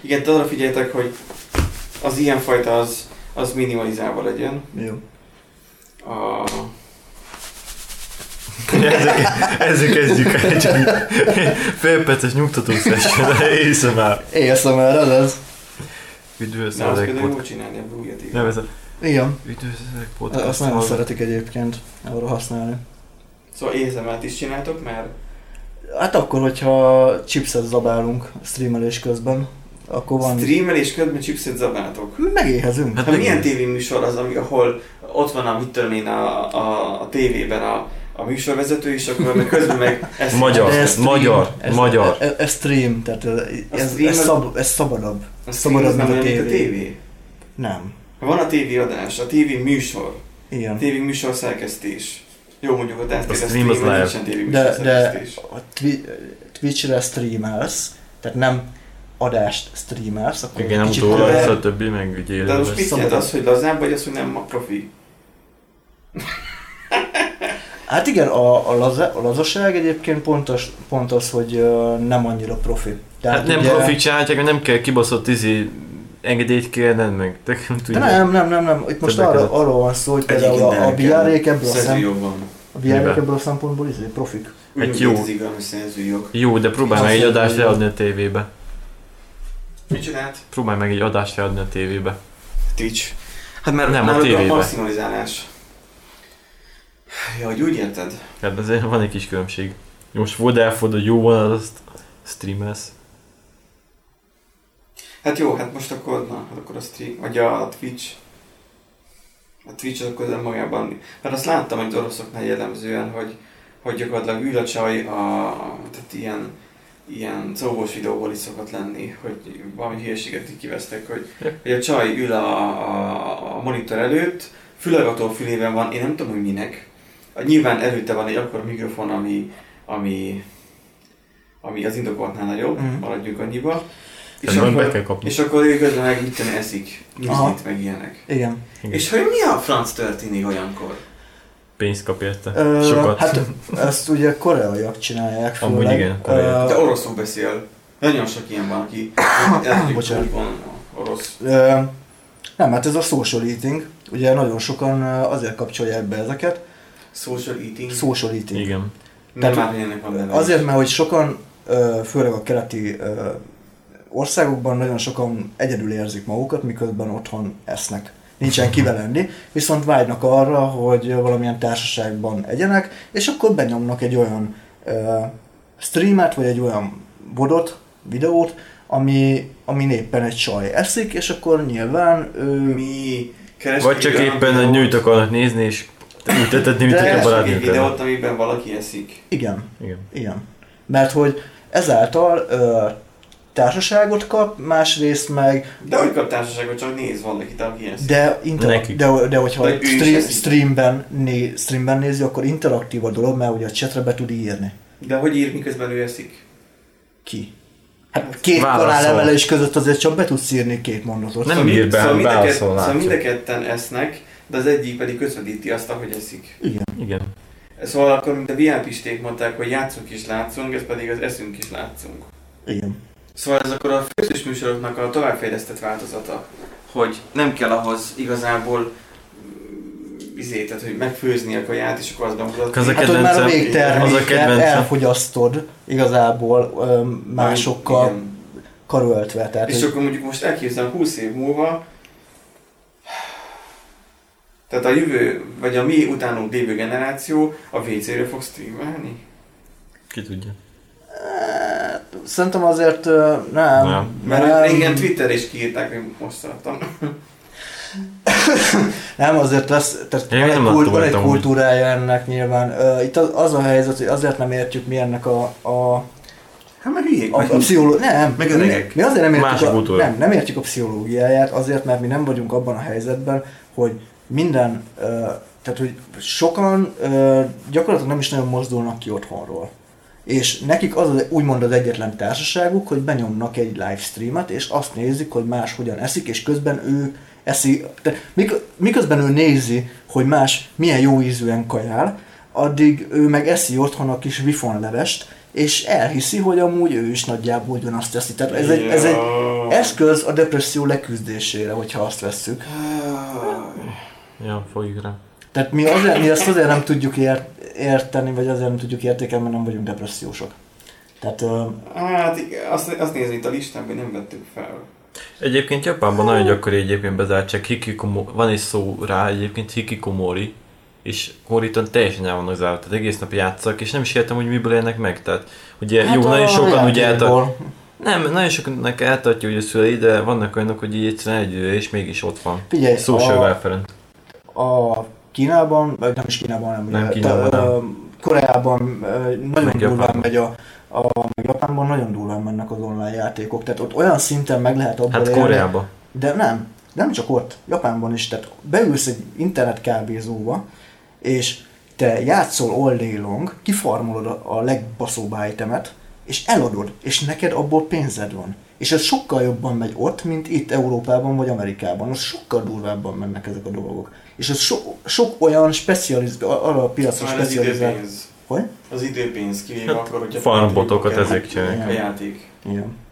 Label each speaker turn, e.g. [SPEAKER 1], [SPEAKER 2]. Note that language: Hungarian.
[SPEAKER 1] Igen, de arra figyeljetek, hogy az ilyenfajta az, az minimalizálva legyen.
[SPEAKER 2] Jó.
[SPEAKER 1] A...
[SPEAKER 3] Ezzel kezdjük el egy fél perces nyugtató session, észre már.
[SPEAKER 2] Éjszem el, ez az.
[SPEAKER 1] Na, azt
[SPEAKER 3] Üdvözlök
[SPEAKER 1] például jól
[SPEAKER 3] podcast.
[SPEAKER 1] csinálni a blújat így.
[SPEAKER 3] Nem ez a...
[SPEAKER 2] Igen.
[SPEAKER 3] Üdvözlök
[SPEAKER 2] Azt
[SPEAKER 3] podcast.
[SPEAKER 2] nagyon
[SPEAKER 3] hallgató.
[SPEAKER 2] szeretik egyébként arra használni.
[SPEAKER 1] Szóval ASMR-t is csináltok már.
[SPEAKER 2] Hát akkor, hogyha chipset zabálunk streamelés közben, akkor van...
[SPEAKER 1] Streamelés közben chipset zabáltok.
[SPEAKER 2] Megéhezünk.
[SPEAKER 3] Hát
[SPEAKER 1] Hát
[SPEAKER 3] meg-
[SPEAKER 1] milyen tévéműsor az, ami, ahol ott van a, mit tudom én, a, a, a tévében a, a műsorvezető, és akkor meg közben meg ezt
[SPEAKER 3] Magyar.
[SPEAKER 2] De ez stream,
[SPEAKER 3] magyar,
[SPEAKER 2] ez,
[SPEAKER 3] magyar.
[SPEAKER 2] Ez, ez stream, tehát ez, ez,
[SPEAKER 1] stream
[SPEAKER 2] ez,
[SPEAKER 1] az-
[SPEAKER 2] szab, ez szabadabb.
[SPEAKER 1] A stream
[SPEAKER 2] Szabadabb,
[SPEAKER 1] az nem
[SPEAKER 2] mint a
[SPEAKER 1] olyan, mint a
[SPEAKER 2] tévé.
[SPEAKER 1] tévé.
[SPEAKER 2] Nem.
[SPEAKER 1] Van a tévé adás, a tévé műsor, a
[SPEAKER 2] Igen.
[SPEAKER 1] tévé műsor szerkesztés. Jó, mondjuk a
[SPEAKER 3] A
[SPEAKER 1] TV
[SPEAKER 3] stream az live.
[SPEAKER 1] nincsen tévé műsor
[SPEAKER 2] De, de
[SPEAKER 1] szerkesztés.
[SPEAKER 2] a twi- Twitch-re streamelsz, tehát nem adást streamelsz, akkor
[SPEAKER 3] Igen, nem
[SPEAKER 2] kicsit
[SPEAKER 3] utólag,
[SPEAKER 1] de-
[SPEAKER 3] ez a többi meg ugye
[SPEAKER 1] De most
[SPEAKER 3] élőben.
[SPEAKER 1] mit jelent az, hogy lazább vagy az, hogy nem ma profi?
[SPEAKER 2] Hát igen, a, a, laza, a lazaság egyébként pontos, pont az, hogy ö, nem annyira profi. Tehát
[SPEAKER 3] Hát nem profi csinálják, mert nem kell kibaszott izi engedélyt kérned meg. Tök nem
[SPEAKER 2] De
[SPEAKER 3] tudja.
[SPEAKER 2] nem, nem, nem, nem. Itt most
[SPEAKER 3] Többek
[SPEAKER 2] arra,
[SPEAKER 3] között.
[SPEAKER 2] arról van szó, hogy például
[SPEAKER 1] Egyébként
[SPEAKER 2] a, a
[SPEAKER 1] nem kell.
[SPEAKER 2] biárék ebből a, szem,
[SPEAKER 1] Szerzőjogban.
[SPEAKER 2] a biárék
[SPEAKER 3] Miben?
[SPEAKER 2] ebből a szempontból izé, profik.
[SPEAKER 1] Úgy
[SPEAKER 3] Hát
[SPEAKER 1] hát
[SPEAKER 3] jó.
[SPEAKER 1] jó. Létezik valami szerzőjog.
[SPEAKER 3] Jó, de próbálj meg egy adást leadni a tévébe.
[SPEAKER 1] Mit csinált?
[SPEAKER 3] Próbálj meg egy adást leadni a tévébe.
[SPEAKER 1] Twitch. Hát mert
[SPEAKER 3] Nem, a
[SPEAKER 1] náluk
[SPEAKER 3] tévében.
[SPEAKER 1] a maximalizálás. Ja, hogy úgy érted?
[SPEAKER 3] Hát azért van egy kis különbség. Most Vodafone, hogy jó van, azt streamelsz.
[SPEAKER 1] Hát jó, hát most akkor, na, hát akkor a stream, vagy a Twitch. A Twitch az akkor magában. Mert azt láttam, hogy az oroszoknál jellemzően, hogy, hogy gyakorlatilag ül a csaj, a, tehát ilyen, ilyen szóvós videóból is szokott lenni, hogy valami hülyeséget így kivesztek, hogy,
[SPEAKER 3] Yep.
[SPEAKER 1] hogy a csaj ül a, a, a monitor előtt, fülhallgató fülében van, én nem tudom, hogy minek. Nyilván előtte van egy akkora mikrofon, ami, ami, ami az indokoltnál nagyobb,
[SPEAKER 2] Mhm.
[SPEAKER 1] maradjunk annyiba.
[SPEAKER 3] Tehát majd be kell kapni.
[SPEAKER 1] És akkor ő közben meg mit tudom, eszik,
[SPEAKER 2] Aha.
[SPEAKER 1] nyugodít, meg ilyenek.
[SPEAKER 2] Igen.
[SPEAKER 3] Igen.
[SPEAKER 1] És hogy mi a franc történik olyankor?
[SPEAKER 3] Pénzt kap érte.
[SPEAKER 2] Ö,
[SPEAKER 3] Sokat.
[SPEAKER 2] Hát ezt ugye koreaiak csinálják főleg.
[SPEAKER 3] Amúgy igen, koreaiak.
[SPEAKER 1] De
[SPEAKER 2] Ö,
[SPEAKER 1] oroszul beszél. Nagyon sok ilyen van, aki
[SPEAKER 2] Bocsánat.
[SPEAKER 1] hogy van orosz.
[SPEAKER 2] Ö, nem, hát ez a social eating. Ugye nagyon sokan ö, azért kapcsolják be ezeket.
[SPEAKER 1] Social eating.
[SPEAKER 2] Social eating.
[SPEAKER 3] Igen.
[SPEAKER 1] Nem
[SPEAKER 2] Tehát-
[SPEAKER 1] már hogy ennek van neve.
[SPEAKER 2] Azért, mert hogy sokan, ö, főleg a keleti ö, országokban nagyon sokan egyedül érzik magukat, miközben otthon esznek. Nincsen kivel lenni, viszont vágynak arra, hogy valamilyen társaságban egyenek, és akkor benyomnak egy olyan ö, streamet, vagy egy olyan vodot, videót, ami, ami éppen egy csaj eszik, és akkor nyilván ő
[SPEAKER 1] mi kerestünk
[SPEAKER 3] Vagy csak
[SPEAKER 1] olyan
[SPEAKER 3] éppen a
[SPEAKER 1] videót-
[SPEAKER 3] nyújt akarnak nézni, és ültetetni, mint
[SPEAKER 2] De
[SPEAKER 3] a
[SPEAKER 1] Kerestünk egy
[SPEAKER 3] barátnőkkel.
[SPEAKER 1] videót, amiben valaki eszik.
[SPEAKER 2] igen,
[SPEAKER 3] Igen.
[SPEAKER 2] Igen. Mert hogy ezáltal ö, társaságot kap, másrészt meg,
[SPEAKER 1] De hogy kap társaságot, csak néz valakit, aki eszik.
[SPEAKER 2] de, intera-
[SPEAKER 3] Nekik.
[SPEAKER 2] de, de hogyha
[SPEAKER 1] De ő is
[SPEAKER 2] stream,
[SPEAKER 1] eszik.
[SPEAKER 2] streamben, né- streamben nézi, akkor interaktív a dolog, mert ugye a chatre be tud írni.
[SPEAKER 1] De hogy ír, miközben ő eszik?
[SPEAKER 2] Ki? Hát két
[SPEAKER 3] Válaszol.
[SPEAKER 2] kanál emelés között azért csak be tudsz írni két mondatot.
[SPEAKER 3] Nem.
[SPEAKER 1] mind-
[SPEAKER 3] ír be,
[SPEAKER 1] mind a
[SPEAKER 3] válaszol,
[SPEAKER 1] kett- Szóval
[SPEAKER 3] látja.
[SPEAKER 1] mind a ketten esznek, de az egyik pedig közvetíti azt, ahogy eszik.
[SPEAKER 2] Igen.
[SPEAKER 3] Igen.
[SPEAKER 1] Szóval akkor, mint a VIP-sték mondták, hogy játszunk is látszunk, ez pedig az eszünk is látszunk.
[SPEAKER 2] Igen.
[SPEAKER 1] Szóval ez akkor a főzős műsoroknak a továbbfejlesztett változata, hogy nem kell ahhoz igazából mm, izé, tehát, hogy megfőzni a kaját, és akkor azt bemutatni.
[SPEAKER 3] Az a
[SPEAKER 2] Hát, hogy már a
[SPEAKER 3] kedvencem- az a
[SPEAKER 2] végterméket
[SPEAKER 3] kedvencem.
[SPEAKER 2] elfogyasztod igazából ö, másokkal Hát,
[SPEAKER 1] Igen.
[SPEAKER 2] karöltve. Tehát
[SPEAKER 1] És
[SPEAKER 2] egy-
[SPEAKER 1] akkor mondjuk most elképzelem 20 év múlva, tehát a jövő, vagy a mi utánunk lévő generáció a WC-ről fog streamelni?
[SPEAKER 3] Ki tudja.
[SPEAKER 2] Szerintem azért ö, nem.
[SPEAKER 3] Nem.
[SPEAKER 1] Mert
[SPEAKER 2] Nem.
[SPEAKER 1] engem Twitter is kiírták, hogy most tartom.
[SPEAKER 2] Nem, azért lesz, tehát
[SPEAKER 3] Én
[SPEAKER 2] van
[SPEAKER 3] nem
[SPEAKER 2] egy,
[SPEAKER 3] attól
[SPEAKER 2] kult, van egy
[SPEAKER 3] voltam úgy.
[SPEAKER 2] kultúrája ennek nyilván. Ö, itt az, az a helyzet, hogy azért nem értjük mi ennek a, a,
[SPEAKER 1] Hát mert hülyék
[SPEAKER 2] a, a
[SPEAKER 1] vagyunk.
[SPEAKER 2] pszicholó... Nem,
[SPEAKER 1] Meg
[SPEAKER 2] mi,
[SPEAKER 1] öregek.
[SPEAKER 2] mi azért nem
[SPEAKER 3] Más
[SPEAKER 2] értjük,
[SPEAKER 3] a
[SPEAKER 2] a,
[SPEAKER 3] kultúra.
[SPEAKER 2] nem, nem értjük a pszichológiáját, azért mert mi nem vagyunk abban a helyzetben, hogy minden, ö, tehát hogy sokan ö, gyakorlatilag nem is nagyon mozdulnak ki otthonról. És nekik az, az úgymond az egyetlen társaságuk, hogy benyomnak egy livestreamet, és azt nézik, hogy más hogyan eszik, és közben ő eszi, de mik, miközben ő nézi, hogy más milyen jó ízűen kajál, addig ő meg eszi otthon a kis vifonlevest, és elhiszi, hogy amúgy ő is nagyjából ugyanazt teszi. Tehát ez egy, ez egy eszköz a depresszió leküzdésére, hogyha azt vesszük.
[SPEAKER 3] Ja, fogjuk rá.
[SPEAKER 2] Tehát mi, azért, mi ezt azért nem tudjuk ért, érteni, vagy azért nem tudjuk értékelni, mert nem vagyunk depressziósok. Tehát ö,
[SPEAKER 1] Hát igen, azt, azt nézem itt a listán, hogy nem vettük fel.
[SPEAKER 3] Egyébként Japánban nagyon gyakori egyébként bezártság, hikikomori, van egy szó rá egyébként hikikomori, és Horiton teljesen el vannak zárva, tehát egész nap játszak, és nem is értem, hogy miből élnek meg. Tehát ugye hát jó,
[SPEAKER 2] a
[SPEAKER 3] nagyon sokan ugye eltart,
[SPEAKER 2] játékból.
[SPEAKER 3] nem, nagyon soknak eltartja ugye a szülei, de vannak olyanok, hogy így egyszerűen együtt, és mégis ott van.
[SPEAKER 2] Figyelj,
[SPEAKER 3] Szó se
[SPEAKER 2] a-
[SPEAKER 3] a... Ferenc.
[SPEAKER 2] a Kínában, vagy nem is Kínában, hanem
[SPEAKER 3] Nem
[SPEAKER 2] ugye,
[SPEAKER 3] Kínában,
[SPEAKER 2] te-
[SPEAKER 3] nem.
[SPEAKER 2] ö, Koreában ö, nagyon
[SPEAKER 3] Meg
[SPEAKER 2] durván
[SPEAKER 3] Japánban.
[SPEAKER 2] megy a, a meg Japánban nagyon durván mennek az online játékok, tehát ott olyan szinten meg lehet abból
[SPEAKER 3] Hát
[SPEAKER 2] élni,
[SPEAKER 3] Koreába.
[SPEAKER 2] de nem, nem csak ott, Japánban is, tehát beülsz egy internetkábézóba, és te játszol all day long, kifarmolod a- a legbaszóbb itemet, és eladod, és neked abból pénzed van. És ez sokkal jobban megy ott, mint itt Európában vagy Amerikában. Most sokkal durvábban mennek ezek a dolgok. És ez so, sok olyan specializ, arra a piacra
[SPEAKER 1] Már az
[SPEAKER 2] specializált.
[SPEAKER 1] időpénz.
[SPEAKER 2] Hogy?
[SPEAKER 1] Az időpénz kivéve
[SPEAKER 3] Hát,
[SPEAKER 1] akkor, hogyha
[SPEAKER 3] farmbotokat
[SPEAKER 1] játékok
[SPEAKER 3] ezek csinálják.
[SPEAKER 1] kell, A játék.
[SPEAKER 2] Igen.